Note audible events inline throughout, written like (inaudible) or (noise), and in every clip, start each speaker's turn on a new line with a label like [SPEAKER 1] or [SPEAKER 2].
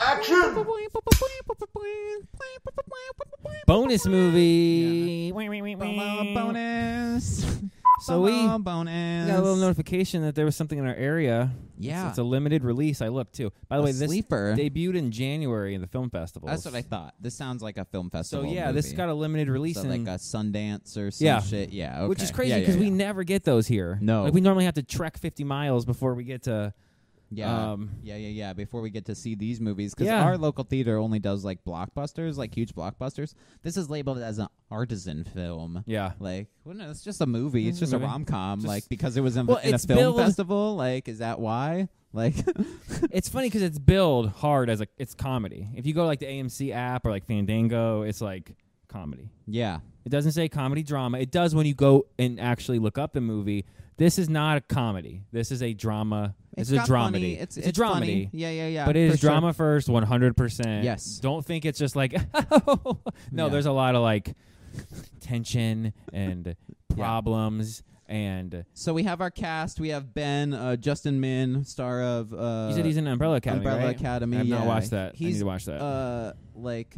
[SPEAKER 1] action.
[SPEAKER 2] Bonus movie.
[SPEAKER 3] bonus.
[SPEAKER 2] So we got
[SPEAKER 3] bonus.
[SPEAKER 2] a little notification that there was something in our area. It's-
[SPEAKER 3] Yeah.
[SPEAKER 2] It's, a limited release. I looked too. By the
[SPEAKER 3] A
[SPEAKER 2] way, this
[SPEAKER 3] sleeper.
[SPEAKER 2] debuted in January in the film festival.
[SPEAKER 3] That's what I thought. This sounds like a film
[SPEAKER 2] So
[SPEAKER 3] festival.
[SPEAKER 2] yeah,
[SPEAKER 3] movie.
[SPEAKER 2] this got a limited release
[SPEAKER 3] so
[SPEAKER 2] in
[SPEAKER 3] like a Sundance or some
[SPEAKER 2] Yeah.
[SPEAKER 3] shit. Yeah,
[SPEAKER 2] which is
[SPEAKER 3] okay.
[SPEAKER 2] crazy
[SPEAKER 3] Yeah, yeah,
[SPEAKER 2] because we
[SPEAKER 3] yeah.
[SPEAKER 2] never get those here.
[SPEAKER 3] No.
[SPEAKER 2] like we normally have to trek 50 miles before we get to.
[SPEAKER 3] yeah.
[SPEAKER 2] um,
[SPEAKER 3] yeah, yeah, yeah. Before we get to see these movies, because
[SPEAKER 2] Yeah.
[SPEAKER 3] our local theater only does like blockbusters, like huge blockbusters. This is labeled as an artisan film. (laughs)
[SPEAKER 2] Yeah,
[SPEAKER 3] Like, well, no, it's just a movie. It's just
[SPEAKER 2] It's a
[SPEAKER 3] a
[SPEAKER 2] movie.
[SPEAKER 3] rom com.
[SPEAKER 2] Just-
[SPEAKER 3] Like, because it was in,
[SPEAKER 2] Well,
[SPEAKER 3] in a
[SPEAKER 2] it's
[SPEAKER 3] film
[SPEAKER 2] billed-
[SPEAKER 3] festival. Like, is that why? Like,
[SPEAKER 2] it's funny because it's billed hard as a it's comedy. If you go to, like the AMC app or like Fandango, it's like comedy.
[SPEAKER 3] yeah,
[SPEAKER 2] It doesn't say comedy drama. It does when you go and actually look up the movie. This is not a comedy. This is a drama. It's, a
[SPEAKER 3] got
[SPEAKER 2] dramedy.
[SPEAKER 3] funny.
[SPEAKER 2] It's,
[SPEAKER 3] It's,
[SPEAKER 2] a dramedy.
[SPEAKER 3] funny. Yeah, yeah, yeah.
[SPEAKER 2] But it
[SPEAKER 3] for
[SPEAKER 2] is
[SPEAKER 3] sure.
[SPEAKER 2] drama first, one hundred percent.
[SPEAKER 3] Yes.
[SPEAKER 2] Don't think it's just like (laughs) oh. no.
[SPEAKER 3] Yeah.
[SPEAKER 2] There's a lot of like tension
[SPEAKER 3] (laughs)
[SPEAKER 2] and problems, and
[SPEAKER 3] So we have our cast. We have Ben, uh, Justin Min, star of. Uh,
[SPEAKER 2] you said he's in Umbrella Academy.
[SPEAKER 3] Umbrella
[SPEAKER 2] right?
[SPEAKER 3] Academy.
[SPEAKER 2] I have not
[SPEAKER 3] yeah.
[SPEAKER 2] watched that. I
[SPEAKER 3] He's
[SPEAKER 2] need to watch that.
[SPEAKER 3] uh like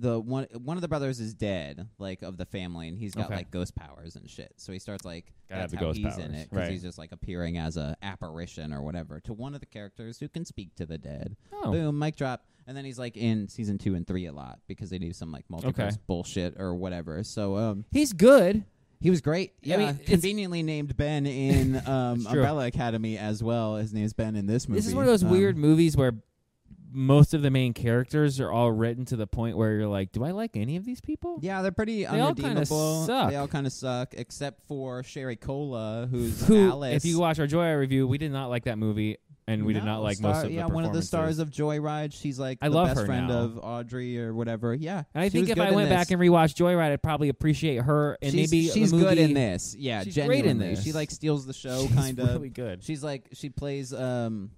[SPEAKER 3] the one one of the brothers is dead, like of the family, and he's got
[SPEAKER 2] Okay.
[SPEAKER 3] like ghost powers and shit. So he starts like
[SPEAKER 2] Gotta have
[SPEAKER 3] that's
[SPEAKER 2] the
[SPEAKER 3] how
[SPEAKER 2] ghost
[SPEAKER 3] he's
[SPEAKER 2] powers,
[SPEAKER 3] in it
[SPEAKER 2] right.
[SPEAKER 3] he's just like appearing as a apparition or whatever to one of the characters who can speak to the dead.
[SPEAKER 2] Oh.
[SPEAKER 3] Boom, mic drop. And then he's like in season two and three a lot because they do some like multiverse
[SPEAKER 2] Okay.
[SPEAKER 3] bullshit or whatever. So um,
[SPEAKER 2] he's good.
[SPEAKER 3] he was great.
[SPEAKER 2] I
[SPEAKER 3] Yeah,
[SPEAKER 2] mean, it's-
[SPEAKER 3] conveniently named Ben (laughs) in um,
[SPEAKER 2] true.
[SPEAKER 3] Umbrella Academy as well. His name's Ben in this movie.
[SPEAKER 2] This is one of those
[SPEAKER 3] Um,
[SPEAKER 2] weird movies where most of the main characters are all written to the point where you're like, do I like any of these people?
[SPEAKER 3] Yeah, they're pretty
[SPEAKER 2] They all kinda
[SPEAKER 3] unredeemable.
[SPEAKER 2] suck.
[SPEAKER 3] They all kind of suck, except for Sherry Cola, who's
[SPEAKER 2] Who,
[SPEAKER 3] Alice.
[SPEAKER 2] if you watch our Joy review, we did not like that movie, and we did
[SPEAKER 3] No,
[SPEAKER 2] not like
[SPEAKER 3] star-
[SPEAKER 2] most of
[SPEAKER 3] yeah,
[SPEAKER 2] the
[SPEAKER 3] one of the
[SPEAKER 2] performances.
[SPEAKER 3] stars of Joyride. She's like
[SPEAKER 2] I
[SPEAKER 3] the
[SPEAKER 2] love
[SPEAKER 3] best
[SPEAKER 2] her
[SPEAKER 3] friend
[SPEAKER 2] now.
[SPEAKER 3] of Audrey or whatever. Yeah,
[SPEAKER 2] And I
[SPEAKER 3] she
[SPEAKER 2] think
[SPEAKER 3] was
[SPEAKER 2] if
[SPEAKER 3] good
[SPEAKER 2] I
[SPEAKER 3] in
[SPEAKER 2] went
[SPEAKER 3] this.
[SPEAKER 2] back and rewatched Joyride, I'd probably appreciate her and
[SPEAKER 3] she's,
[SPEAKER 2] maybe
[SPEAKER 3] she's
[SPEAKER 2] the movie.
[SPEAKER 3] good in this. Yeah,
[SPEAKER 2] She's great in
[SPEAKER 3] genuinely,
[SPEAKER 2] this.
[SPEAKER 3] she like steals the show,
[SPEAKER 2] (laughs) She's
[SPEAKER 3] kind of.
[SPEAKER 2] really good.
[SPEAKER 3] She's like she plays um,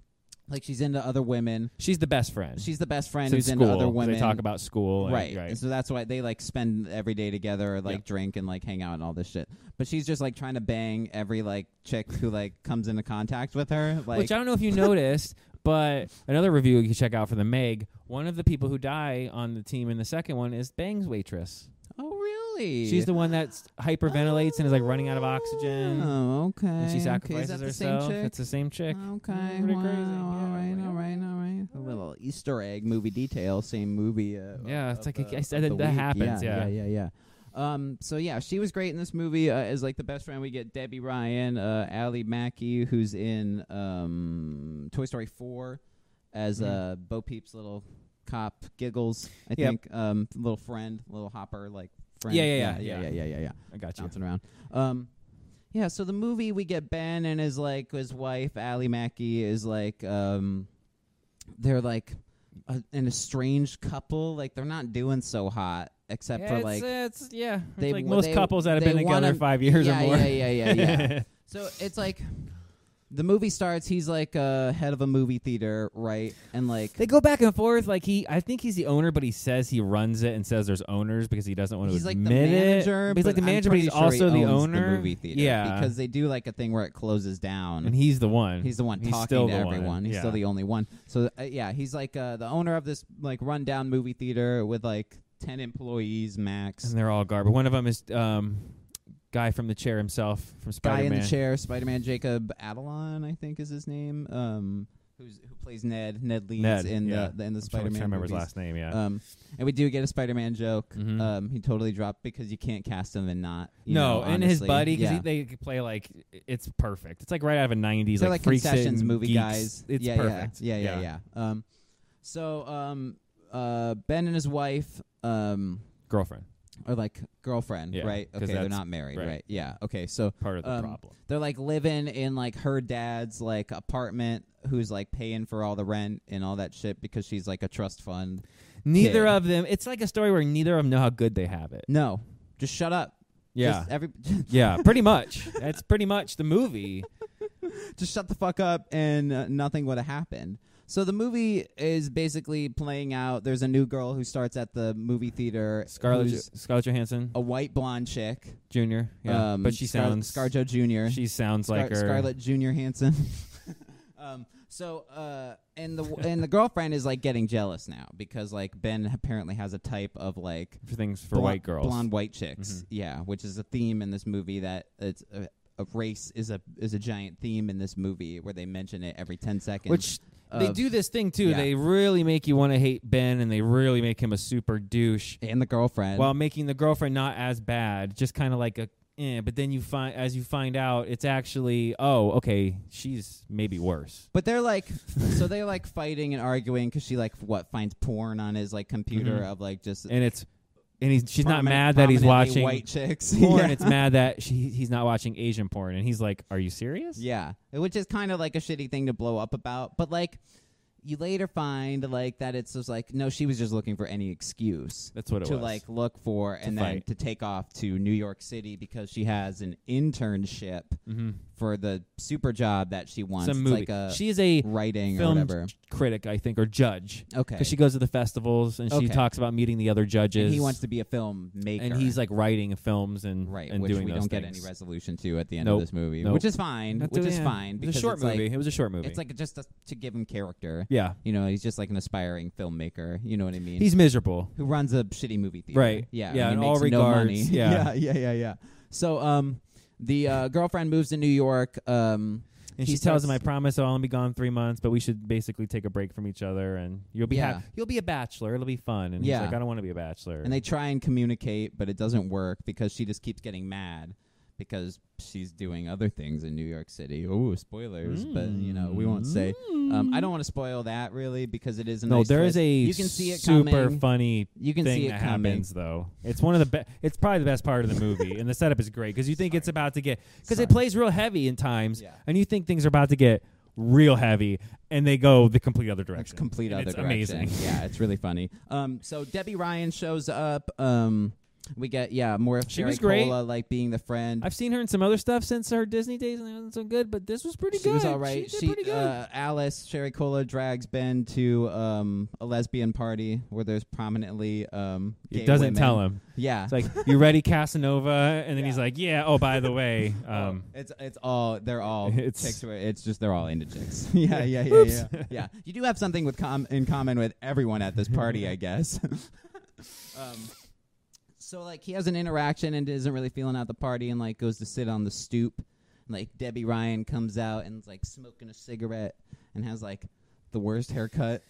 [SPEAKER 3] like she's into other women.
[SPEAKER 2] She's the best friend.
[SPEAKER 3] She's the best friend
[SPEAKER 2] Since
[SPEAKER 3] who's
[SPEAKER 2] school,
[SPEAKER 3] into other
[SPEAKER 2] 'cause
[SPEAKER 3] women.
[SPEAKER 2] They talk about school, and,
[SPEAKER 3] right.
[SPEAKER 2] right.
[SPEAKER 3] So that's why they like spend every day together, like
[SPEAKER 2] Yeah.
[SPEAKER 3] drink and like hang out and all this shit. But she's just like trying to bang every like chick who like comes into contact with her. Like,
[SPEAKER 2] Which I don't know if you noticed, but another review you can check out for the Meg. One of the people who die on the team in the second one is Bang's waitress.
[SPEAKER 3] oh really?
[SPEAKER 2] She's the one that s- hyperventilates and is like running out of oxygen.
[SPEAKER 3] Oh okay.
[SPEAKER 2] And
[SPEAKER 3] okay.
[SPEAKER 2] she
[SPEAKER 3] Is
[SPEAKER 2] sacrifices
[SPEAKER 3] that the same
[SPEAKER 2] herself.
[SPEAKER 3] chick?
[SPEAKER 2] It's the same chick. Oh. Mm,
[SPEAKER 3] Okay.
[SPEAKER 2] Pretty
[SPEAKER 3] wow,
[SPEAKER 2] crazy.
[SPEAKER 3] All
[SPEAKER 2] Yeah,
[SPEAKER 3] right.
[SPEAKER 2] like-
[SPEAKER 3] All right. All right. A little Easter egg movie detail. Same movie. Uh,
[SPEAKER 2] Yeah,
[SPEAKER 3] of
[SPEAKER 2] it's like a-
[SPEAKER 3] the-
[SPEAKER 2] I
[SPEAKER 3] of
[SPEAKER 2] said
[SPEAKER 3] the
[SPEAKER 2] that- that
[SPEAKER 3] week.
[SPEAKER 2] happens,
[SPEAKER 3] Yeah.
[SPEAKER 2] yeah.
[SPEAKER 3] Yeah. Yeah. yeah. Um. So yeah, she was great in this movie. Uh, as like the best friend, we get Debbie Ryan, uh, Ally Mackey, who's in um Toy Story Four, as
[SPEAKER 2] Mhm.
[SPEAKER 3] uh Bo Peep's little cop giggles. I
[SPEAKER 2] Yep.
[SPEAKER 3] think um little friend, little hopper like friend.
[SPEAKER 2] Yeah, yeah,
[SPEAKER 3] yeah, yeah,
[SPEAKER 2] yeah, yeah.
[SPEAKER 3] yeah, yeah, yeah
[SPEAKER 2] I got you.
[SPEAKER 3] bouncing around. Um, yeah, so the movie we get Ben and his like his wife Ally Mackey is like um, they're like a, an estranged couple. Like they're not doing so hot, except for like
[SPEAKER 2] it's, uh, yeah.
[SPEAKER 3] they-
[SPEAKER 2] like most
[SPEAKER 3] they-
[SPEAKER 2] couples that have
[SPEAKER 3] they
[SPEAKER 2] been together
[SPEAKER 3] wanna-
[SPEAKER 2] five years
[SPEAKER 3] yeah,
[SPEAKER 2] or more. (laughs)
[SPEAKER 3] Yeah, yeah, yeah, yeah. so it's like the movie starts. He's like uh, head of a movie theater, right? And like
[SPEAKER 2] They go back and forth. Like he, I think he's the owner, but he says he runs it and says there's owners because he doesn't want
[SPEAKER 3] he's
[SPEAKER 2] to
[SPEAKER 3] like the
[SPEAKER 2] admit it.
[SPEAKER 3] manager.
[SPEAKER 2] But he's like the
[SPEAKER 3] I'm
[SPEAKER 2] manager, but
[SPEAKER 3] pretty
[SPEAKER 2] he's
[SPEAKER 3] sure he
[SPEAKER 2] also the
[SPEAKER 3] owns
[SPEAKER 2] owner.
[SPEAKER 3] movie theater,
[SPEAKER 2] yeah,
[SPEAKER 3] because they do like a thing where it closes down.
[SPEAKER 2] and he's the one.
[SPEAKER 3] (laughs) He's the one talking
[SPEAKER 2] still
[SPEAKER 3] to
[SPEAKER 2] the one,
[SPEAKER 3] everyone. He's still
[SPEAKER 2] yeah.
[SPEAKER 3] the only one. So uh, yeah, he's like uh, the owner of this like rundown movie theater with like ten employees max.
[SPEAKER 2] and they're all garbage. One of them is um, guy from the chair himself from
[SPEAKER 3] Guy
[SPEAKER 2] Spider
[SPEAKER 3] in
[SPEAKER 2] Man.
[SPEAKER 3] the chair, Spider Man Jacob Adelon, I think is his name. Um, who's who plays Ned? Ned Leeds
[SPEAKER 2] Ned,
[SPEAKER 3] in
[SPEAKER 2] yeah.
[SPEAKER 3] the, the in the
[SPEAKER 2] I
[SPEAKER 3] Spider Man.
[SPEAKER 2] remember his last name. Yeah.
[SPEAKER 3] Um, and we do get a Spider Man joke.
[SPEAKER 2] Mhm.
[SPEAKER 3] Um, he totally dropped because you can't cast him and not. you
[SPEAKER 2] no,
[SPEAKER 3] know,
[SPEAKER 2] and his
[SPEAKER 3] honestly.
[SPEAKER 2] buddy because
[SPEAKER 3] Yeah.
[SPEAKER 2] they could play like it's perfect. It's like right out of a '90s
[SPEAKER 3] They're like,
[SPEAKER 2] like, freaks
[SPEAKER 3] concessions
[SPEAKER 2] and
[SPEAKER 3] movie
[SPEAKER 2] geeks.
[SPEAKER 3] guys.
[SPEAKER 2] It's
[SPEAKER 3] yeah,
[SPEAKER 2] perfect.
[SPEAKER 3] Yeah, yeah, yeah, yeah. Um, so um, uh, Ben and his wife um
[SPEAKER 2] Girlfriend,
[SPEAKER 3] are like girlfriend,
[SPEAKER 2] Yeah,
[SPEAKER 3] right?
[SPEAKER 2] 'cause
[SPEAKER 3] Okay, they're
[SPEAKER 2] that's-
[SPEAKER 3] not married, right.
[SPEAKER 2] right.
[SPEAKER 3] Yeah. Okay, so
[SPEAKER 2] part of the
[SPEAKER 3] Um,
[SPEAKER 2] problem.
[SPEAKER 3] they're like living in like her dad's like apartment, who's like paying for all the rent and all that shit because she's like a trust fund.
[SPEAKER 2] Neither
[SPEAKER 3] kid.
[SPEAKER 2] of them. It's like a story where neither of them know how good they have it.
[SPEAKER 3] No, just shut up.
[SPEAKER 2] Yeah.
[SPEAKER 3] Just every
[SPEAKER 2] (laughs)
[SPEAKER 3] (laughs)
[SPEAKER 2] yeah, pretty much. That's pretty much the movie.
[SPEAKER 3] just shut the fuck up and uh, nothing would have happened. So the movie is basically playing out. There's a new girl who starts at the movie theater.
[SPEAKER 2] Scarlett
[SPEAKER 3] who's
[SPEAKER 2] Scarlett Johansson
[SPEAKER 3] a white blonde chick.
[SPEAKER 2] Jr. Yeah,
[SPEAKER 3] um,
[SPEAKER 2] but she
[SPEAKER 3] Scar-
[SPEAKER 2] sounds
[SPEAKER 3] ScarJo Jr.
[SPEAKER 2] she sounds
[SPEAKER 3] Scar-
[SPEAKER 2] like her.
[SPEAKER 3] Scarlett Jr. Hanson. (laughs) um, So, uh, and the and the girlfriend is like getting jealous now because like Ben apparently has a type of like
[SPEAKER 2] for things for
[SPEAKER 3] blo-
[SPEAKER 2] white girls. Mm-hmm.
[SPEAKER 3] blonde white chicks. Yeah, which is a theme in this movie that it's a, a race is a is a giant theme in this movie where they mention it every ten seconds.
[SPEAKER 2] Which they
[SPEAKER 3] of-
[SPEAKER 2] do this thing too.
[SPEAKER 3] yeah.
[SPEAKER 2] They really make you want to hate Ben, and they really make him a super douche,
[SPEAKER 3] and the girlfriend.
[SPEAKER 2] while making the girlfriend not as bad, just kind of like a. Eh, but then you find, as you find out, it's actually oh, okay, she's maybe worse.
[SPEAKER 3] But they're like, (laughs) so they're like fighting and arguing because she like what finds porn on his like computer
[SPEAKER 2] Mhm.
[SPEAKER 3] of like just.
[SPEAKER 2] and it's and he's she's not
[SPEAKER 3] prominent-
[SPEAKER 2] mad that he's
[SPEAKER 3] prominently
[SPEAKER 2] watching
[SPEAKER 3] white chicks. (laughs)
[SPEAKER 2] (laughs) porn.
[SPEAKER 3] yeah.
[SPEAKER 2] It's mad that she he's not watching Asian porn, and he's like, "Are you serious?"
[SPEAKER 3] yeah, which is kind of like a shitty thing to blow up about. But like, you later find like that it's just like no, she was just looking for any excuse
[SPEAKER 2] that's what it
[SPEAKER 3] to
[SPEAKER 2] was.
[SPEAKER 3] like look for and then
[SPEAKER 2] fight.
[SPEAKER 3] to take off to New York City because she has an internship
[SPEAKER 2] hmm
[SPEAKER 3] for the super job that she wants.
[SPEAKER 2] some
[SPEAKER 3] it's
[SPEAKER 2] movie.
[SPEAKER 3] like uh, a
[SPEAKER 2] she is a
[SPEAKER 3] writing or
[SPEAKER 2] film
[SPEAKER 3] whatever.
[SPEAKER 2] critic, I think, or judge,
[SPEAKER 3] Okay,
[SPEAKER 2] because she goes to the festivals and she
[SPEAKER 3] Okay.
[SPEAKER 2] talks about meeting the other judges.
[SPEAKER 3] and he wants to be a filmmaker,
[SPEAKER 2] and he's like writing films and
[SPEAKER 3] right,
[SPEAKER 2] and
[SPEAKER 3] which
[SPEAKER 2] doing
[SPEAKER 3] we
[SPEAKER 2] those
[SPEAKER 3] don't
[SPEAKER 2] things.
[SPEAKER 3] get any resolution to at the end
[SPEAKER 2] Nope,
[SPEAKER 3] of this movie,
[SPEAKER 2] nope.
[SPEAKER 3] which is fine,
[SPEAKER 2] That's
[SPEAKER 3] which
[SPEAKER 2] a-
[SPEAKER 3] is
[SPEAKER 2] yeah.
[SPEAKER 3] fine
[SPEAKER 2] It's
[SPEAKER 3] because
[SPEAKER 2] a short
[SPEAKER 3] it's
[SPEAKER 2] movie.
[SPEAKER 3] Like,
[SPEAKER 2] it was a short movie.
[SPEAKER 3] it's like just to, to give him character.
[SPEAKER 2] yeah,
[SPEAKER 3] You know, he's just like an aspiring filmmaker. You know what I mean?
[SPEAKER 2] he's miserable.
[SPEAKER 3] who runs a shitty movie theater.
[SPEAKER 2] Right.
[SPEAKER 3] Yeah.
[SPEAKER 2] Yeah,
[SPEAKER 3] and
[SPEAKER 2] in
[SPEAKER 3] he
[SPEAKER 2] all
[SPEAKER 3] makes no
[SPEAKER 2] regards,
[SPEAKER 3] money. (laughs) yeah.
[SPEAKER 2] yeah.
[SPEAKER 3] Yeah. Yeah. yeah. So, um, the uh, girlfriend moves to New York. Um,
[SPEAKER 2] And
[SPEAKER 3] He
[SPEAKER 2] she tells him, "I
[SPEAKER 3] starts-
[SPEAKER 2] promise I'll only be gone three months, but we should basically take a break from each other, and you'll be
[SPEAKER 3] Yeah.
[SPEAKER 2] hap- you'll be a bachelor. It'll be fun." And
[SPEAKER 3] Yeah.
[SPEAKER 2] he's like, "I don't want to be a bachelor."
[SPEAKER 3] and they try and communicate, but it doesn't work because she just keeps getting mad because she's doing other things in New York City. Ooh, spoilers! But you know, we won't say. Um, I don't want to spoil that really because it is a
[SPEAKER 2] no,
[SPEAKER 3] nice
[SPEAKER 2] there is
[SPEAKER 3] twist.
[SPEAKER 2] a
[SPEAKER 3] you can see it
[SPEAKER 2] super
[SPEAKER 3] coming.
[SPEAKER 2] funny
[SPEAKER 3] you can
[SPEAKER 2] thing
[SPEAKER 3] see it
[SPEAKER 2] that
[SPEAKER 3] coming.
[SPEAKER 2] happens though. It's one of the best. It's probably the best part of the movie, and the setup is great because you think it's about to get because
[SPEAKER 3] Sorry.
[SPEAKER 2] it plays real heavy in times,
[SPEAKER 3] Yeah.
[SPEAKER 2] and you think things are about to get real heavy, and they go the complete other direction.
[SPEAKER 3] It's complete
[SPEAKER 2] And
[SPEAKER 3] other
[SPEAKER 2] it's
[SPEAKER 3] direction.
[SPEAKER 2] amazing.
[SPEAKER 3] (laughs) Yeah, it's really funny. Um, so Debbie Ryan shows up. Um, we get yeah more of
[SPEAKER 2] She
[SPEAKER 3] Sherry
[SPEAKER 2] was great.
[SPEAKER 3] Cola like being the friend.
[SPEAKER 2] I've seen her in some other stuff since her Disney days, and it wasn't so good. But this was pretty
[SPEAKER 3] she
[SPEAKER 2] good.
[SPEAKER 3] was all right.
[SPEAKER 2] She did pretty good.
[SPEAKER 3] uh, Alice Sherry Cola drags Ben to um, a lesbian party where there's prominently um,
[SPEAKER 2] it
[SPEAKER 3] gay
[SPEAKER 2] doesn't
[SPEAKER 3] women.
[SPEAKER 2] tell him.
[SPEAKER 3] Yeah,
[SPEAKER 2] It's like, you ready, Casanova? And then he's
[SPEAKER 3] Yeah.
[SPEAKER 2] like, yeah, oh, by the way.
[SPEAKER 3] (laughs)
[SPEAKER 2] Um,
[SPEAKER 3] Oh, it's it's all they're all
[SPEAKER 2] (laughs) It's-
[SPEAKER 3] chicks. Where it's just they're all into
[SPEAKER 2] (laughs)
[SPEAKER 3] chicks. (laughs) yeah, yeah, yeah,
[SPEAKER 2] Oops.
[SPEAKER 3] yeah, yeah. You do have something with com- in common with everyone at this party, I guess. (laughs) um, so like he has an interaction and isn't really feeling out the party, and like goes to sit on the stoop. And, like Debbie Ryan comes out and is, like smoking a cigarette and has like the worst haircut.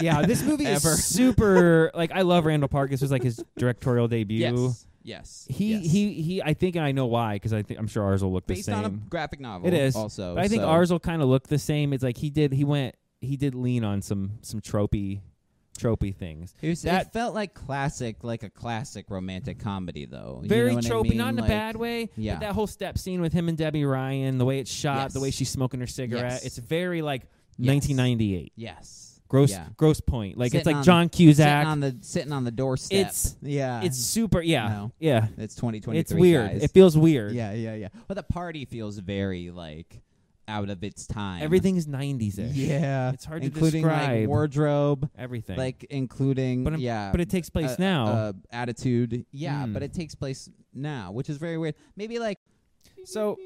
[SPEAKER 2] yeah, this movie is
[SPEAKER 3] Ever.
[SPEAKER 2] super. Like, I love Randall Park. This was like his directorial debut.
[SPEAKER 3] yes, yes.
[SPEAKER 2] He,
[SPEAKER 3] yes.
[SPEAKER 2] he, he, I think I know why, because I think, I'm sure ours will look
[SPEAKER 3] Based
[SPEAKER 2] the same.
[SPEAKER 3] on a graphic novel,
[SPEAKER 2] It is.
[SPEAKER 3] also.
[SPEAKER 2] but I think
[SPEAKER 3] so-
[SPEAKER 2] ours will kind of look the same. It's like he did, he went, he did lean on some, some tropey, tropey things.
[SPEAKER 3] It, was,
[SPEAKER 2] That-
[SPEAKER 3] it felt like classic, like a classic romantic comedy, though. You
[SPEAKER 2] Very
[SPEAKER 3] know what I
[SPEAKER 2] tropey,
[SPEAKER 3] mean?
[SPEAKER 2] not in
[SPEAKER 3] Like,
[SPEAKER 2] a bad way.
[SPEAKER 3] yeah.
[SPEAKER 2] But that whole step scene with him and Debbie Ryan, the way it's shot, the
[SPEAKER 3] Yes.
[SPEAKER 2] way she's smoking her cigarette,
[SPEAKER 3] Yes.
[SPEAKER 2] it's very like
[SPEAKER 3] Yes.
[SPEAKER 2] 1998.
[SPEAKER 3] Yes,
[SPEAKER 2] Gross,
[SPEAKER 3] Yeah.
[SPEAKER 2] gross point. Like it's
[SPEAKER 3] Sitting
[SPEAKER 2] like
[SPEAKER 3] on-
[SPEAKER 2] John
[SPEAKER 3] Sitting
[SPEAKER 2] Cusack.
[SPEAKER 3] on the sitting on the doorstep.
[SPEAKER 2] It's-
[SPEAKER 3] yeah.
[SPEAKER 2] It's super. Yeah,
[SPEAKER 3] No.
[SPEAKER 2] yeah.
[SPEAKER 3] it's twenty twenty three.
[SPEAKER 2] It's weird. It feels weird.
[SPEAKER 3] yeah, yeah, yeah. But the party feels very like out of its time.
[SPEAKER 2] everything's nineties ish.
[SPEAKER 3] Yeah,
[SPEAKER 2] It's hard to
[SPEAKER 3] including
[SPEAKER 2] describe.
[SPEAKER 3] like wardrobe,
[SPEAKER 2] everything.
[SPEAKER 3] like including
[SPEAKER 2] but I'm-
[SPEAKER 3] yeah,
[SPEAKER 2] but it takes place
[SPEAKER 3] uh,
[SPEAKER 2] now.
[SPEAKER 3] uh, attitude. Yeah,
[SPEAKER 2] Mm.
[SPEAKER 3] but it takes place now, which is very weird. Maybe like
[SPEAKER 2] so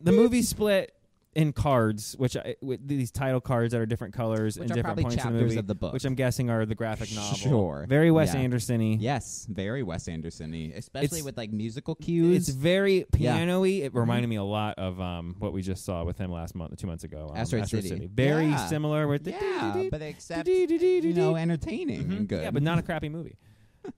[SPEAKER 2] the movie split in cards, which I, with these title cards that are different colors
[SPEAKER 3] which
[SPEAKER 2] and
[SPEAKER 3] are
[SPEAKER 2] different
[SPEAKER 3] probably
[SPEAKER 2] points in the
[SPEAKER 3] chapters
[SPEAKER 2] movie,
[SPEAKER 3] of the book.
[SPEAKER 2] which I'm guessing are the graphic novel.
[SPEAKER 3] Sure.
[SPEAKER 2] Very Wes
[SPEAKER 3] Yeah.
[SPEAKER 2] Anderson-y.
[SPEAKER 3] Yes, very Wes Anderson-y, especially
[SPEAKER 2] It's-
[SPEAKER 3] with like musical
[SPEAKER 2] It's
[SPEAKER 3] cues.
[SPEAKER 2] very
[SPEAKER 3] Yeah. Mm-hmm.
[SPEAKER 2] piano-y. It reminded me a lot of um, what we just saw with him last month, two months ago. Um,
[SPEAKER 3] Asteroid City.
[SPEAKER 2] Very
[SPEAKER 3] Yeah.
[SPEAKER 2] similar with the
[SPEAKER 3] yeah, but except you
[SPEAKER 2] you
[SPEAKER 3] know, entertaining and Mm-hmm. good.
[SPEAKER 2] Mm-hmm. Yeah, but not a
[SPEAKER 3] (laughs)
[SPEAKER 2] crappy movie.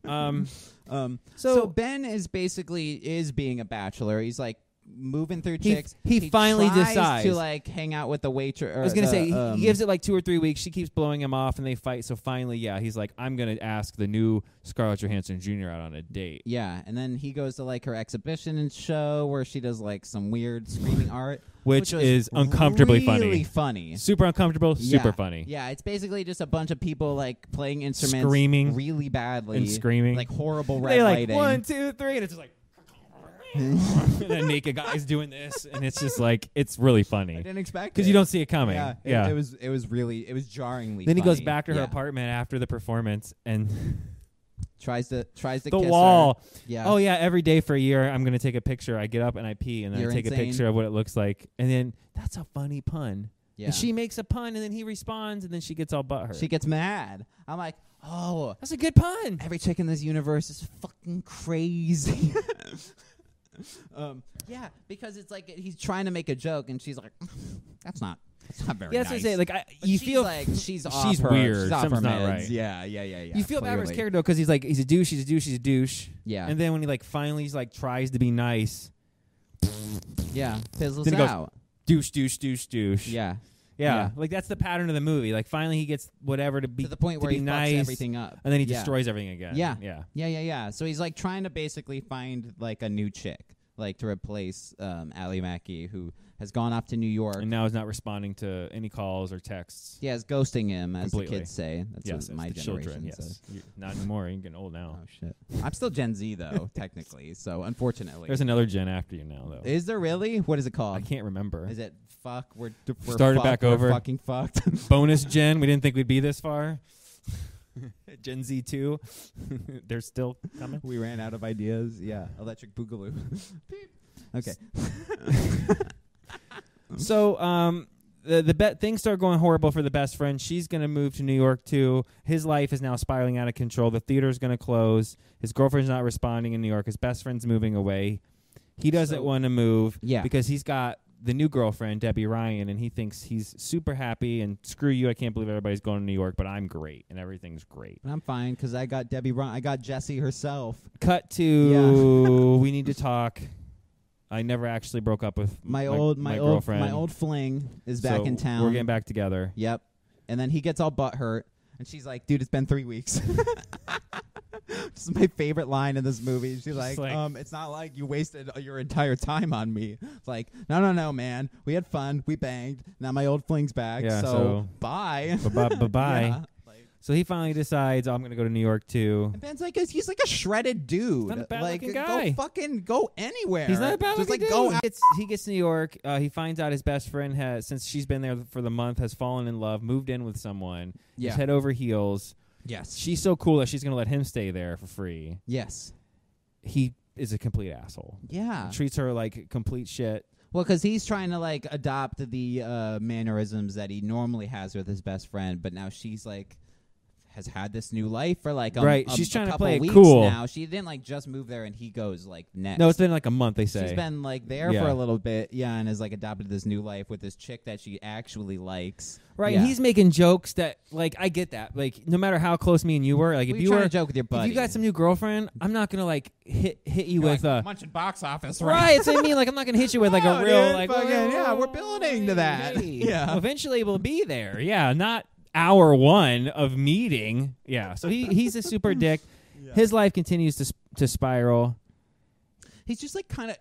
[SPEAKER 2] Um,
[SPEAKER 3] um, so,
[SPEAKER 2] So-
[SPEAKER 3] Ben is basically is being a bachelor. He's like moving through
[SPEAKER 2] He-
[SPEAKER 3] chicks.
[SPEAKER 2] he finally
[SPEAKER 3] tries
[SPEAKER 2] decides.
[SPEAKER 3] to like hang out with the um, waitress.
[SPEAKER 2] I was gonna
[SPEAKER 3] uh,
[SPEAKER 2] say he- he gives it like two or three weeks. She keeps blowing him off, and they fight. So finally, yeah, he's like, "I'm gonna ask the new Scarlett Johansson Jr. out on a date."
[SPEAKER 3] Yeah, and then he goes to like her exhibition and show where she does like some weird screaming art,
[SPEAKER 2] Which
[SPEAKER 3] was
[SPEAKER 2] is uncomfortably funny.
[SPEAKER 3] really funny.
[SPEAKER 2] Super uncomfortable,
[SPEAKER 3] Yeah.
[SPEAKER 2] super funny.
[SPEAKER 3] Yeah, it's basically just a bunch of people like playing instruments,
[SPEAKER 2] Screaming.
[SPEAKER 3] really badly,
[SPEAKER 2] And screaming.
[SPEAKER 3] like horrible red
[SPEAKER 2] They like
[SPEAKER 3] lighting.
[SPEAKER 2] one, two, three, and it's
[SPEAKER 3] (laughs)
[SPEAKER 2] just like, and then naked guy's doing this, and it's just like it's really
[SPEAKER 3] I
[SPEAKER 2] funny
[SPEAKER 3] didn't expect
[SPEAKER 2] because you
[SPEAKER 3] it.
[SPEAKER 2] don't see it coming.
[SPEAKER 3] Yeah, it- It, was it was really it was jarringly.
[SPEAKER 2] then he goes
[SPEAKER 3] funny.
[SPEAKER 2] back to her
[SPEAKER 3] Yeah.
[SPEAKER 2] apartment after the performance, and
[SPEAKER 3] Tries to tries to
[SPEAKER 2] the
[SPEAKER 3] kiss her.
[SPEAKER 2] wall.
[SPEAKER 3] Yeah.
[SPEAKER 2] Oh yeah, every day for a year, I'm gonna take a picture. I get up and I pee, and then
[SPEAKER 3] You're
[SPEAKER 2] I take a
[SPEAKER 3] insane.
[SPEAKER 2] picture of what it looks like, and then that's a funny pun.
[SPEAKER 3] Yeah.
[SPEAKER 2] And she makes a pun, and then he responds, and then she gets all butthurt.
[SPEAKER 3] she gets mad. I'm like, oh,
[SPEAKER 2] That's a good pun.
[SPEAKER 3] every chick in this universe is fucking crazy. (laughs) um, yeah, because it's like he's trying to make a joke, and she's like, (laughs) that's not, that's not very
[SPEAKER 2] Yeah, that's
[SPEAKER 3] nice.
[SPEAKER 2] what I say. Like I,
[SPEAKER 3] But
[SPEAKER 2] you
[SPEAKER 3] she's
[SPEAKER 2] feel
[SPEAKER 3] like she's off
[SPEAKER 2] she's
[SPEAKER 3] her,
[SPEAKER 2] weird.
[SPEAKER 3] She's off
[SPEAKER 2] Something's
[SPEAKER 3] her
[SPEAKER 2] not
[SPEAKER 3] meds.
[SPEAKER 2] right.
[SPEAKER 3] Yeah, yeah, yeah, yeah.
[SPEAKER 2] you feel bad for his
[SPEAKER 3] clearly.
[SPEAKER 2] character though, because he's like he's a douche, he's a douche, he's a douche.
[SPEAKER 3] Yeah,
[SPEAKER 2] And then when he like finally he's like tries to be nice,
[SPEAKER 3] yeah. Fizzles
[SPEAKER 2] Then it goes-
[SPEAKER 3] out.
[SPEAKER 2] douche, douche, douche, douche.
[SPEAKER 3] Yeah,
[SPEAKER 2] yeah,
[SPEAKER 3] yeah.
[SPEAKER 2] Like that's the pattern of the movie. Like finally he gets whatever to be
[SPEAKER 3] to the point
[SPEAKER 2] to
[SPEAKER 3] where
[SPEAKER 2] be
[SPEAKER 3] he fucks
[SPEAKER 2] nice,
[SPEAKER 3] everything up,
[SPEAKER 2] and then he
[SPEAKER 3] Yeah.
[SPEAKER 2] destroys everything again.
[SPEAKER 3] Yeah.
[SPEAKER 2] yeah.
[SPEAKER 3] Yeah, yeah, yeah. So he's like trying to basically find like a new chick, like to replace um, Ally Mackey, who has gone off to New York.
[SPEAKER 2] And now he's not responding to any calls or texts.
[SPEAKER 3] yeah, is ghosting him, as
[SPEAKER 2] Completely.
[SPEAKER 3] the kids say. That's
[SPEAKER 2] yes,
[SPEAKER 3] what my
[SPEAKER 2] it's the
[SPEAKER 3] generation
[SPEAKER 2] children. Yes,
[SPEAKER 3] says.
[SPEAKER 2] You- not anymore. You're getting old
[SPEAKER 3] Oh
[SPEAKER 2] now.
[SPEAKER 3] shit! I'm still Gen Z
[SPEAKER 2] (laughs)
[SPEAKER 3] though, technically. So unfortunately,
[SPEAKER 2] There's another gen after you now, though.
[SPEAKER 3] is there really? What is it
[SPEAKER 2] I
[SPEAKER 3] called?
[SPEAKER 2] can't remember.
[SPEAKER 3] um, Is it fuck? We're, d- we're
[SPEAKER 2] Start it
[SPEAKER 3] fucked,
[SPEAKER 2] back
[SPEAKER 3] we're
[SPEAKER 2] over.
[SPEAKER 3] Fucking fucked. (laughs)
[SPEAKER 2] bonus gen. We didn't think we'd be this far. (laughs) gen Z two. (laughs) They're still coming.
[SPEAKER 3] we ran out of ideas. Yeah, electric
[SPEAKER 2] (laughs)
[SPEAKER 3] boogaloo. (laughs) Beep. okay.
[SPEAKER 2] So um the the bet things start going horrible for the best friend. She's gonna move to New York too. His life is now spiraling out of control. The theater's gonna close. His girlfriend's not responding in New York. His best friend's moving away. He doesn't
[SPEAKER 3] So-
[SPEAKER 2] want to move
[SPEAKER 3] Yeah.
[SPEAKER 2] because he's got the new girlfriend, Debbie Ryan, and he thinks he's super happy and screw you, I can't believe everybody's going to New York, but I'm great and everything's great.
[SPEAKER 3] But I'm fine because I got Debbie Ron. I got Jessie herself.
[SPEAKER 2] Cut to (laughs) we need to talk. I never actually broke up with
[SPEAKER 3] my old my, old
[SPEAKER 2] girlfriend.
[SPEAKER 3] my old fling is back
[SPEAKER 2] So
[SPEAKER 3] in town.
[SPEAKER 2] We're getting back together.
[SPEAKER 3] Yep. And then he gets all butt hurt and she's like, "Dude, it's been 3 weeks." (laughs) this is my favorite line in this movie. She's like,
[SPEAKER 2] like-
[SPEAKER 3] "Um, it's not like you wasted your entire time on me." It's like, "No, no, no, man. We had fun. We banged. Now my old fling's back.
[SPEAKER 2] Yeah,
[SPEAKER 3] so,
[SPEAKER 2] so-
[SPEAKER 3] bye." (laughs)
[SPEAKER 2] Bye bye bye.
[SPEAKER 3] Yeah. Like-
[SPEAKER 2] So he finally decides oh, I'm going to go to New York too.
[SPEAKER 3] And Ben's like a, he's like a shredded dude.
[SPEAKER 2] Not a bad
[SPEAKER 3] like
[SPEAKER 2] looking guy.
[SPEAKER 3] go fucking go anywhere.
[SPEAKER 2] He's not a bad
[SPEAKER 3] Just like
[SPEAKER 2] looking dude.
[SPEAKER 3] go out.
[SPEAKER 2] It's- he gets to New York. Uh, he finds out his best friend has, since she's been there for the month, has fallen in love, moved in with someone. is
[SPEAKER 3] Yeah.
[SPEAKER 2] head over heels.
[SPEAKER 3] Yes.
[SPEAKER 2] She's so cool that she's going to let him stay there for free.
[SPEAKER 3] yes.
[SPEAKER 2] He is a complete asshole.
[SPEAKER 3] Yeah.
[SPEAKER 2] Treats her like complete shit.
[SPEAKER 3] Well, because he's trying to like adopt the uh, mannerisms that he normally has with his best friend, but now she's like has had this new life for like a,
[SPEAKER 2] Right,
[SPEAKER 3] a-
[SPEAKER 2] she's
[SPEAKER 3] a
[SPEAKER 2] trying to
[SPEAKER 3] couple
[SPEAKER 2] play it
[SPEAKER 3] weeks
[SPEAKER 2] cool.
[SPEAKER 3] now. She didn't like just move there and he goes like next.
[SPEAKER 2] No, it's been like a month. They say
[SPEAKER 3] she's been like there
[SPEAKER 2] Yeah.
[SPEAKER 3] for a little bit, yeah, and has like adopted this new life with this chick that she actually likes.
[SPEAKER 2] Right,
[SPEAKER 3] yeah.
[SPEAKER 2] and he's making jokes that, like, I get that. Like, no matter how close me and you were,
[SPEAKER 3] What
[SPEAKER 2] like, if
[SPEAKER 3] are you
[SPEAKER 2] you
[SPEAKER 3] trying
[SPEAKER 2] were,
[SPEAKER 3] to joke with your
[SPEAKER 2] if
[SPEAKER 3] buddy,
[SPEAKER 2] you got some new girlfriend, I'm not gonna like hit hit you
[SPEAKER 3] You're
[SPEAKER 2] with uh,
[SPEAKER 3] like,
[SPEAKER 2] a.
[SPEAKER 3] munching box office,
[SPEAKER 2] Right, that's what I mean. Like, I'm not gonna hit you with like a
[SPEAKER 3] No,
[SPEAKER 2] real
[SPEAKER 3] dude,
[SPEAKER 2] like.
[SPEAKER 3] fucking-
[SPEAKER 2] "Whoa,
[SPEAKER 3] yeah, we're
[SPEAKER 2] whoa,
[SPEAKER 3] building to
[SPEAKER 2] hey,
[SPEAKER 3] that." (laughs)
[SPEAKER 2] hey."
[SPEAKER 3] Yeah.
[SPEAKER 2] eventually we'll be there. Yeah, not hour one of meeting. Yeah, so he he's a super
[SPEAKER 3] (laughs)
[SPEAKER 2] dick. His life continues to sp- to spiral.
[SPEAKER 3] He's just like kind of.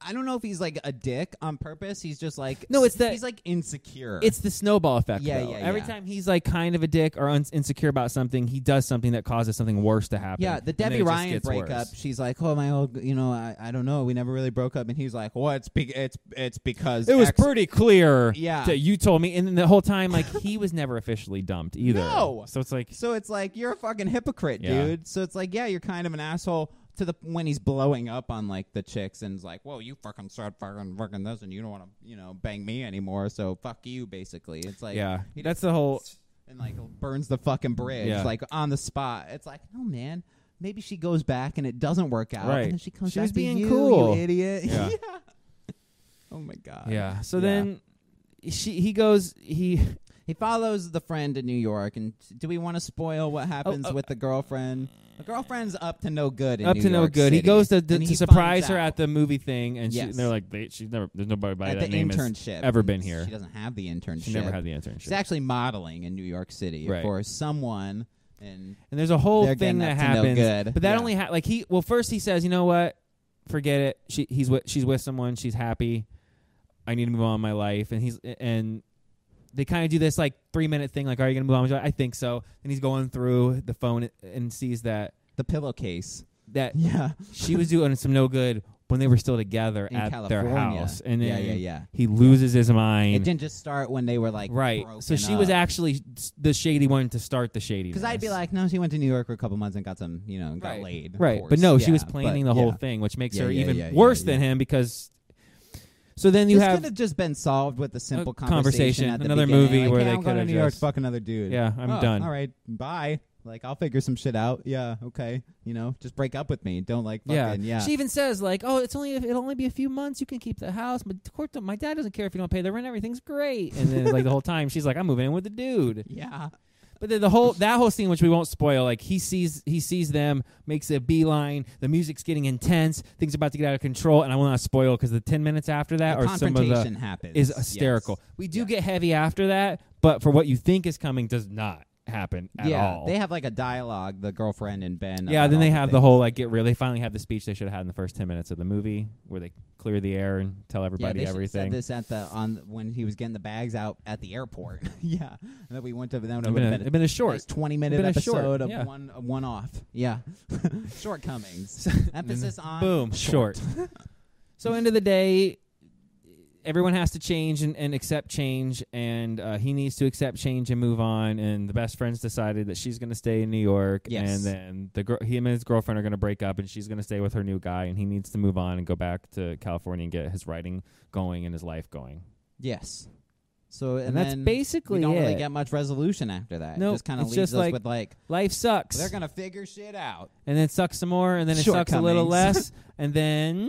[SPEAKER 3] I don't know if he's like a dick on purpose. He's just like
[SPEAKER 2] No, it's that-
[SPEAKER 3] he's like insecure.
[SPEAKER 2] It's the snowball effect.
[SPEAKER 3] Yeah,
[SPEAKER 2] though.
[SPEAKER 3] yeah,
[SPEAKER 2] Every
[SPEAKER 3] yeah.
[SPEAKER 2] time he's like kind of a dick or un- insecure about something, he does something that causes something worse to happen.
[SPEAKER 3] Yeah, the
[SPEAKER 2] And then it
[SPEAKER 3] Debbie
[SPEAKER 2] just
[SPEAKER 3] Ryan
[SPEAKER 2] gets
[SPEAKER 3] breakup.
[SPEAKER 2] worse.
[SPEAKER 3] She's like, "Oh my old, you know, I, I don't know. We never really broke up." And he's like, "Well, it's be- it's it's because
[SPEAKER 2] It was
[SPEAKER 3] X-
[SPEAKER 2] pretty clear
[SPEAKER 3] Yeah.
[SPEAKER 2] that you told me, and then the whole time, like he was never officially dumped either.
[SPEAKER 3] No.
[SPEAKER 2] so it's like
[SPEAKER 3] So it's like you're a fucking hypocrite,
[SPEAKER 2] Yeah.
[SPEAKER 3] dude. So it's like, yeah, you're kind of an asshole to the when he's blowing up on like the chicks and is like, "Well, you fucking start fucking fucking this, and you don't want to, you know, bang me anymore. So fuck you." Basically, it's like,
[SPEAKER 2] yeah,
[SPEAKER 3] he
[SPEAKER 2] that's
[SPEAKER 3] (laughs)
[SPEAKER 2] the whole.
[SPEAKER 3] and like burns the fucking bridge,
[SPEAKER 2] Yeah.
[SPEAKER 3] like on the spot. It's like, no, man. Maybe she goes back and it doesn't work out,
[SPEAKER 2] Right.
[SPEAKER 3] and then she comes
[SPEAKER 2] She
[SPEAKER 3] back
[SPEAKER 2] was
[SPEAKER 3] to
[SPEAKER 2] being
[SPEAKER 3] you,
[SPEAKER 2] cool.
[SPEAKER 3] you idiot.
[SPEAKER 2] Yeah.
[SPEAKER 3] (laughs) Oh my god.
[SPEAKER 2] Yeah, so
[SPEAKER 3] Yeah.
[SPEAKER 2] then she he goes he
[SPEAKER 3] He follows the friend to New York, and do we want to spoil what happens
[SPEAKER 2] oh.
[SPEAKER 3] with the girlfriend? The girlfriend's up to no good. In
[SPEAKER 2] up
[SPEAKER 3] New
[SPEAKER 2] to no
[SPEAKER 3] York
[SPEAKER 2] good. He
[SPEAKER 3] City,
[SPEAKER 2] goes to,
[SPEAKER 3] and
[SPEAKER 2] to,
[SPEAKER 3] he
[SPEAKER 2] surprise
[SPEAKER 3] finds
[SPEAKER 2] her
[SPEAKER 3] out
[SPEAKER 2] at the movie thing, and, she,
[SPEAKER 3] Yes.
[SPEAKER 2] and they're like, they, she's never. There's nobody by
[SPEAKER 3] at
[SPEAKER 2] that
[SPEAKER 3] the
[SPEAKER 2] name has
[SPEAKER 3] internship.
[SPEAKER 2] ever
[SPEAKER 3] and
[SPEAKER 2] been here.
[SPEAKER 3] She doesn't have the internship.
[SPEAKER 2] She never had the internship.
[SPEAKER 3] She's actually modeling in New York City
[SPEAKER 2] Right.
[SPEAKER 3] for someone, and
[SPEAKER 2] And there's a whole
[SPEAKER 3] They're
[SPEAKER 2] thing
[SPEAKER 3] getting up
[SPEAKER 2] that
[SPEAKER 3] to no
[SPEAKER 2] happens.
[SPEAKER 3] good.
[SPEAKER 2] But that
[SPEAKER 3] Yeah.
[SPEAKER 2] only ha- like he well first he says, "You know what? Forget it. She he's with she's with someone, she's happy. I need to move on in my life." And he's and they kind of do this like 3-minute thing like, "Are you going to move on?" He's like, I think so. And he's going through the phone and sees that
[SPEAKER 3] the pillowcase. (laughs)
[SPEAKER 2] that
[SPEAKER 3] Yeah,
[SPEAKER 2] she was doing some no good when they were still together
[SPEAKER 3] in
[SPEAKER 2] at
[SPEAKER 3] California.
[SPEAKER 2] their house. And then
[SPEAKER 3] yeah, yeah, yeah.
[SPEAKER 2] he loses his
[SPEAKER 3] It
[SPEAKER 2] mind.
[SPEAKER 3] didn't just start when they were like
[SPEAKER 2] right. So she was actually s- the shady one to start the shady.
[SPEAKER 3] because I'd be like, no, she went to New York for a couple months and got some, you know, got
[SPEAKER 2] Right.
[SPEAKER 3] laid, of
[SPEAKER 2] Right,
[SPEAKER 3] course.
[SPEAKER 2] but no, she
[SPEAKER 3] Yeah,
[SPEAKER 2] was
[SPEAKER 3] but
[SPEAKER 2] planning the whole
[SPEAKER 3] yeah.
[SPEAKER 2] thing, which makes
[SPEAKER 3] Yeah,
[SPEAKER 2] her
[SPEAKER 3] yeah,
[SPEAKER 2] even
[SPEAKER 3] yeah, yeah,
[SPEAKER 2] worse
[SPEAKER 3] yeah.
[SPEAKER 2] than him because. So then you
[SPEAKER 3] this
[SPEAKER 2] have
[SPEAKER 3] could have just been solved with a simple
[SPEAKER 2] conversation,
[SPEAKER 3] at the
[SPEAKER 2] another
[SPEAKER 3] beginning.
[SPEAKER 2] movie
[SPEAKER 3] like,
[SPEAKER 2] where
[SPEAKER 3] hey,
[SPEAKER 2] they
[SPEAKER 3] I'm going
[SPEAKER 2] could
[SPEAKER 3] to
[SPEAKER 2] have
[SPEAKER 3] New York,
[SPEAKER 2] just-
[SPEAKER 3] fuck another dude.
[SPEAKER 2] yeah, I'm
[SPEAKER 3] Oh,
[SPEAKER 2] done.
[SPEAKER 3] All right, bye. Like I'll figure some shit out. Yeah, okay. You know, just break up with me. Don't like
[SPEAKER 2] Yeah.
[SPEAKER 3] fucking yeah.
[SPEAKER 2] She even says like, "Oh, it's only it'll only be a few months. You can keep the house, but of course, my dad doesn't care if you don't pay the rent. Everything's great." And then like the whole time, she's like, "I'm moving in with the dude."
[SPEAKER 3] yeah.
[SPEAKER 2] But then the whole that whole scene, which we won't spoil, like he sees he sees them, makes a beeline. The music's getting intense. Things are about to get out of control, and I will not spoil because the ten minutes after that
[SPEAKER 3] The
[SPEAKER 2] or some of the
[SPEAKER 3] confrontation happens.
[SPEAKER 2] is hysterical. We do get heavy after that, but for what you think is coming, does not happen at
[SPEAKER 3] Yes. Yeah,
[SPEAKER 2] all.
[SPEAKER 3] they have like a dialogue, the girlfriend and Ben.
[SPEAKER 2] yeah,
[SPEAKER 3] about
[SPEAKER 2] then they
[SPEAKER 3] all
[SPEAKER 2] have the
[SPEAKER 3] things.
[SPEAKER 2] whole like get real. They finally have the speech they should have had in the first ten minutes of the movie, where they clear the air and tell
[SPEAKER 3] Yeah,
[SPEAKER 2] everybody
[SPEAKER 3] they should've
[SPEAKER 2] everything.
[SPEAKER 3] said this at the on when he was getting the bags out at the airport. (laughs) yeah, and then we went to that would
[SPEAKER 2] It'd
[SPEAKER 3] have
[SPEAKER 2] been, a,
[SPEAKER 3] been,
[SPEAKER 2] it'd been a short.
[SPEAKER 3] nice twenty minute
[SPEAKER 2] It'd been a short,
[SPEAKER 3] episode of
[SPEAKER 2] yeah.
[SPEAKER 3] one a one off. Yeah, (laughs)
[SPEAKER 2] (laughs)
[SPEAKER 3] shortcomings. Emphasis on
[SPEAKER 2] Boom, short. (laughs) so end of the day, everyone has to change and, and accept change, and uh, he needs to accept change and move on. And the best friends decided that she's going to stay in New York,
[SPEAKER 3] Yes.
[SPEAKER 2] and then the gr- him and his girlfriend are going to break up, and she's going to stay with her new guy, and he needs to move on and go back to California and get his writing going and his life going.
[SPEAKER 3] Yes. So and,
[SPEAKER 2] And, that's
[SPEAKER 3] then
[SPEAKER 2] basically
[SPEAKER 3] we don't
[SPEAKER 2] it.
[SPEAKER 3] really get much resolution after that.
[SPEAKER 2] Nope,
[SPEAKER 3] it just kind of
[SPEAKER 2] it's
[SPEAKER 3] leaves
[SPEAKER 2] just
[SPEAKER 3] us
[SPEAKER 2] like-
[SPEAKER 3] with
[SPEAKER 2] (laughs)
[SPEAKER 3] like
[SPEAKER 2] life sucks,
[SPEAKER 3] they're gonna figure shit out.
[SPEAKER 2] and then it sucks some more, and then it sucks a little
[SPEAKER 3] Shortcomings. (laughs)
[SPEAKER 2] less, and then.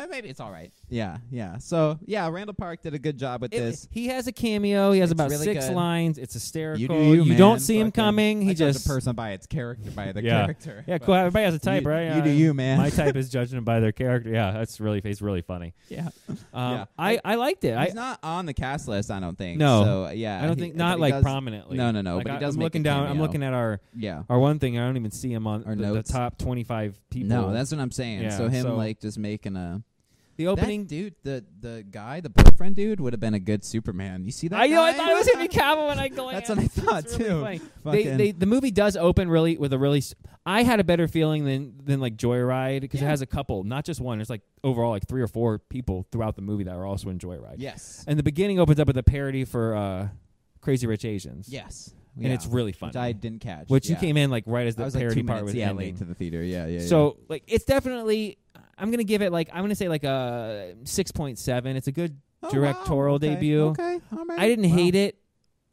[SPEAKER 3] Eh, maybe it's all right. Yeah, yeah. So yeah, Randall Park did a good job with
[SPEAKER 2] It-
[SPEAKER 3] this.
[SPEAKER 2] he has a cameo. He has
[SPEAKER 3] It's
[SPEAKER 2] about
[SPEAKER 3] really
[SPEAKER 2] six
[SPEAKER 3] good.
[SPEAKER 2] lines. It's hysterical.
[SPEAKER 3] do you, man.
[SPEAKER 2] don't see him
[SPEAKER 3] Fucking-
[SPEAKER 2] coming. He
[SPEAKER 3] I judge
[SPEAKER 2] just
[SPEAKER 3] a person by its character, by the
[SPEAKER 2] (laughs) Yeah.
[SPEAKER 3] character.
[SPEAKER 2] (laughs) yeah,
[SPEAKER 3] But
[SPEAKER 2] cool. Everybody has a type,
[SPEAKER 3] you,
[SPEAKER 2] right?
[SPEAKER 3] You do
[SPEAKER 2] Uh,
[SPEAKER 3] you, man.
[SPEAKER 2] My
[SPEAKER 3] (laughs)
[SPEAKER 2] type is judging them by their character. Yeah, that's really he's really funny.
[SPEAKER 3] yeah.
[SPEAKER 2] Um,
[SPEAKER 3] Yeah.
[SPEAKER 2] I I liked it.
[SPEAKER 3] He's
[SPEAKER 2] I
[SPEAKER 3] not on the cast list, I don't think.
[SPEAKER 2] No.
[SPEAKER 3] So yeah,
[SPEAKER 2] I don't
[SPEAKER 3] he-
[SPEAKER 2] think
[SPEAKER 3] but
[SPEAKER 2] not
[SPEAKER 3] he
[SPEAKER 2] like
[SPEAKER 3] does-
[SPEAKER 2] prominently.
[SPEAKER 3] No, no, no,
[SPEAKER 2] Like,
[SPEAKER 3] but he
[SPEAKER 2] I-
[SPEAKER 3] does
[SPEAKER 2] I'm
[SPEAKER 3] make
[SPEAKER 2] looking
[SPEAKER 3] a
[SPEAKER 2] down. I'm
[SPEAKER 3] cameo.
[SPEAKER 2] looking at our
[SPEAKER 3] Yeah.
[SPEAKER 2] our one thing. I don't even see him on
[SPEAKER 3] Our
[SPEAKER 2] the, the
[SPEAKER 3] notes.
[SPEAKER 2] top 25 people.
[SPEAKER 3] No, that's what I'm saying.
[SPEAKER 2] Yeah,
[SPEAKER 3] so him
[SPEAKER 2] so-
[SPEAKER 3] like just making a
[SPEAKER 2] the
[SPEAKER 3] That
[SPEAKER 2] opening.
[SPEAKER 3] dude, the the guy, the boyfriend dude, would have been a good Superman. You see that?
[SPEAKER 2] I know. I
[SPEAKER 3] guy?
[SPEAKER 2] thought it was
[SPEAKER 3] (laughs)
[SPEAKER 2] Henry Cavill when I glanced.
[SPEAKER 3] That's what I thought
[SPEAKER 2] (laughs) It's really
[SPEAKER 3] too.
[SPEAKER 2] funny. They,
[SPEAKER 3] Fucking-
[SPEAKER 2] they, the movie does open really with a really. s- I had a better feeling than than like Joyride because it
[SPEAKER 3] Yeah.
[SPEAKER 2] has a couple, not just one. There's like overall like three or four people throughout the movie that are also in Joyride.
[SPEAKER 3] yes,
[SPEAKER 2] And the beginning opens up with a parody for uh, Crazy Rich Asians.
[SPEAKER 3] yes,
[SPEAKER 2] and it's really funny.
[SPEAKER 3] Which I didn't catch.
[SPEAKER 2] Which
[SPEAKER 3] yeah.
[SPEAKER 2] you came in like right as the
[SPEAKER 3] I was like
[SPEAKER 2] parody
[SPEAKER 3] two
[SPEAKER 2] part
[SPEAKER 3] minutes
[SPEAKER 2] was
[SPEAKER 3] yeah,
[SPEAKER 2] ending.
[SPEAKER 3] late to the theater. Yeah, yeah.
[SPEAKER 2] So like it's definitely. I'm gonna give it like I'm gonna say like a six point seven. It's a good.
[SPEAKER 3] yeah. Oh,
[SPEAKER 2] directorial
[SPEAKER 3] okay,
[SPEAKER 2] debut.
[SPEAKER 3] Okay, all right.
[SPEAKER 2] I didn't
[SPEAKER 3] Wow.
[SPEAKER 2] hate it.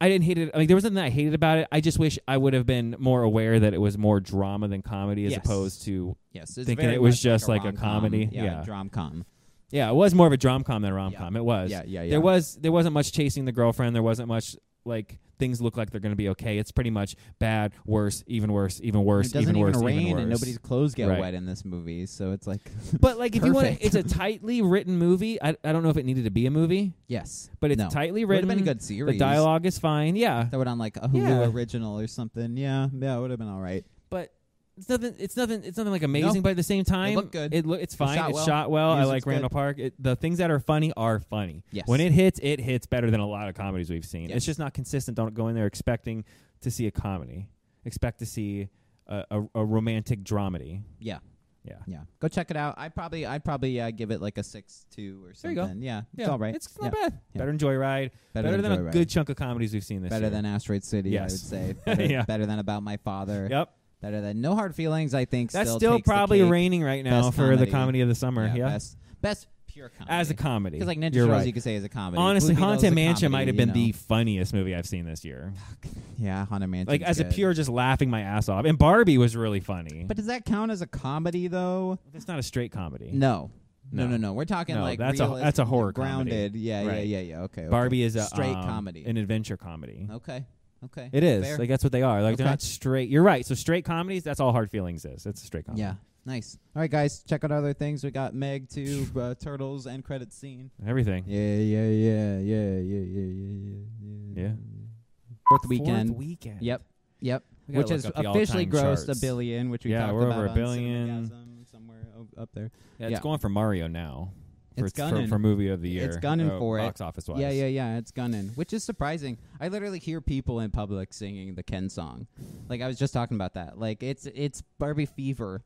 [SPEAKER 2] I didn't hate it. I mean, there was nothing I hated about it. I just wish I would have been more aware that it was more drama than comedy as
[SPEAKER 3] Yes.
[SPEAKER 2] opposed to.
[SPEAKER 3] Yes, it's
[SPEAKER 2] thinking
[SPEAKER 3] very
[SPEAKER 2] it was
[SPEAKER 3] much
[SPEAKER 2] just like a
[SPEAKER 3] rom-com.
[SPEAKER 2] comedy.
[SPEAKER 3] Yeah,
[SPEAKER 2] Yeah.
[SPEAKER 3] drom com.
[SPEAKER 2] Yeah, it was more of a drom com than a rom com. It was.
[SPEAKER 3] Yeah, yeah, yeah.
[SPEAKER 2] There was there wasn't much chasing the girlfriend. There wasn't much like things look like they're going to be okay. It's pretty much bad, worse, even worse, even
[SPEAKER 3] And
[SPEAKER 2] worse,
[SPEAKER 3] It doesn't
[SPEAKER 2] even worse,
[SPEAKER 3] rain,
[SPEAKER 2] even worse.
[SPEAKER 3] and nobody's clothes get
[SPEAKER 2] Right.
[SPEAKER 3] wet in this movie, so it's like
[SPEAKER 2] but like if you
[SPEAKER 3] (laughs)
[SPEAKER 2] want,
[SPEAKER 3] Perfect.
[SPEAKER 2] it's a tightly written movie. I, I don't know if it needed to be a movie,
[SPEAKER 3] yes,
[SPEAKER 2] but it's
[SPEAKER 3] no.
[SPEAKER 2] tightly
[SPEAKER 3] Would have
[SPEAKER 2] written.
[SPEAKER 3] been a good series.
[SPEAKER 2] the dialogue is fine. Yeah,
[SPEAKER 3] that would on like a Hulu
[SPEAKER 2] Yeah.
[SPEAKER 3] original or something. Yeah, yeah, it would have been all right.
[SPEAKER 2] but it's nothing. It's nothing. It's nothing like
[SPEAKER 3] No.
[SPEAKER 2] amazing. But at the same time,
[SPEAKER 3] looked good.
[SPEAKER 2] It loo- it's fine.
[SPEAKER 3] shot
[SPEAKER 2] it's
[SPEAKER 3] well.
[SPEAKER 2] shot well. I
[SPEAKER 3] Music's
[SPEAKER 2] like Randall
[SPEAKER 3] good.
[SPEAKER 2] Park. It, the things that are funny are funny.
[SPEAKER 3] Yes.
[SPEAKER 2] When it hits, it hits better than a lot of comedies we've seen. It's
[SPEAKER 3] Yes.
[SPEAKER 2] just not consistent. Don't go in there expecting to see a comedy. Expect to see a, a, a romantic dramedy.
[SPEAKER 3] Yeah.
[SPEAKER 2] Yeah.
[SPEAKER 3] Yeah. Go check it out. I probably I probably uh, give it like a six two or
[SPEAKER 2] There
[SPEAKER 3] something.
[SPEAKER 2] you go.
[SPEAKER 3] Yeah. It's all right.
[SPEAKER 2] It's not
[SPEAKER 3] Yeah.
[SPEAKER 2] bad.
[SPEAKER 3] Yeah.
[SPEAKER 2] Better than Joyride. Better, than, a
[SPEAKER 3] Joyride.
[SPEAKER 2] good chunk of comedies we've seen this
[SPEAKER 3] Better
[SPEAKER 2] year.
[SPEAKER 3] than Asteroid City, I
[SPEAKER 2] Yes.
[SPEAKER 3] would
[SPEAKER 2] (laughs)
[SPEAKER 3] say. Better,
[SPEAKER 2] Yeah.
[SPEAKER 3] better than About My Father.
[SPEAKER 2] Yep.
[SPEAKER 3] Better than No Hard Feelings, I think.
[SPEAKER 2] That's
[SPEAKER 3] still,
[SPEAKER 2] still,
[SPEAKER 3] takes the
[SPEAKER 2] probably
[SPEAKER 3] cake.
[SPEAKER 2] raining right now
[SPEAKER 3] Best
[SPEAKER 2] for the
[SPEAKER 3] comedy.
[SPEAKER 2] comedy of the summer. Yeah.
[SPEAKER 3] Best, best pure comedy.
[SPEAKER 2] As a comedy.
[SPEAKER 3] Because like Ninja
[SPEAKER 2] You're
[SPEAKER 3] Turtles,
[SPEAKER 2] right.
[SPEAKER 3] you could say is a comedy.
[SPEAKER 2] Honestly,
[SPEAKER 3] Blue Beetle is
[SPEAKER 2] Haunted
[SPEAKER 3] a
[SPEAKER 2] Mansion might have
[SPEAKER 3] comedy,
[SPEAKER 2] been
[SPEAKER 3] you
[SPEAKER 2] the funniest movie I've seen this year.
[SPEAKER 3] know. yeah Haunted Mansion.
[SPEAKER 2] Like as a pure, just laughing my ass off. And Barbie was really funny,
[SPEAKER 3] But does that count as a comedy though?
[SPEAKER 2] it's not a straight comedy.
[SPEAKER 3] No. No,
[SPEAKER 2] No.
[SPEAKER 3] no, no. We're talking
[SPEAKER 2] No,
[SPEAKER 3] like
[SPEAKER 2] that's a-
[SPEAKER 3] realis-
[SPEAKER 2] that's a horror comedy.
[SPEAKER 3] grounded. Yeah,
[SPEAKER 2] Right.
[SPEAKER 3] yeah, yeah, yeah. Okay. okay.
[SPEAKER 2] Barbie is a
[SPEAKER 3] straight
[SPEAKER 2] um,
[SPEAKER 3] comedy.
[SPEAKER 2] an adventure comedy.
[SPEAKER 3] okay. Okay.
[SPEAKER 2] It is
[SPEAKER 3] Fair.
[SPEAKER 2] like that's what they are. Like they're
[SPEAKER 3] Okay.
[SPEAKER 2] not straight. You're right. So straight comedies, that's all hard feelings is. It's a straight comedy.
[SPEAKER 3] Yeah. Nice. All right, guys, check out other things. We got Meg (laughs) too, uh, Turtles, end credit scene.
[SPEAKER 2] everything.
[SPEAKER 3] Yeah, yeah, yeah, yeah, yeah, yeah, yeah, yeah.
[SPEAKER 2] Yeah.
[SPEAKER 3] Fourth weekend.
[SPEAKER 2] Fourth weekend.
[SPEAKER 3] Yep. Yep.
[SPEAKER 2] We gotta
[SPEAKER 3] Which
[SPEAKER 2] look
[SPEAKER 3] has
[SPEAKER 2] up the
[SPEAKER 3] officially
[SPEAKER 2] all-time
[SPEAKER 3] grossed
[SPEAKER 2] charts.
[SPEAKER 3] a billion, which we
[SPEAKER 2] Yeah,
[SPEAKER 3] talked
[SPEAKER 2] we're
[SPEAKER 3] about
[SPEAKER 2] over a
[SPEAKER 3] on
[SPEAKER 2] billion.
[SPEAKER 3] Cinemagasm, somewhere o- up there.
[SPEAKER 2] Yeah, it's
[SPEAKER 3] Yeah.
[SPEAKER 2] going for Mario now. For,
[SPEAKER 3] It's
[SPEAKER 2] for,
[SPEAKER 3] gunning.
[SPEAKER 2] for movie of the year.
[SPEAKER 3] It's gunning
[SPEAKER 2] Oh,
[SPEAKER 3] for it.
[SPEAKER 2] Box office wise.
[SPEAKER 3] Yeah, yeah, yeah. It's gunning, which is surprising. I literally hear people in public singing the Ken song. Like I was just talking about that. Like it's it's Barbie fever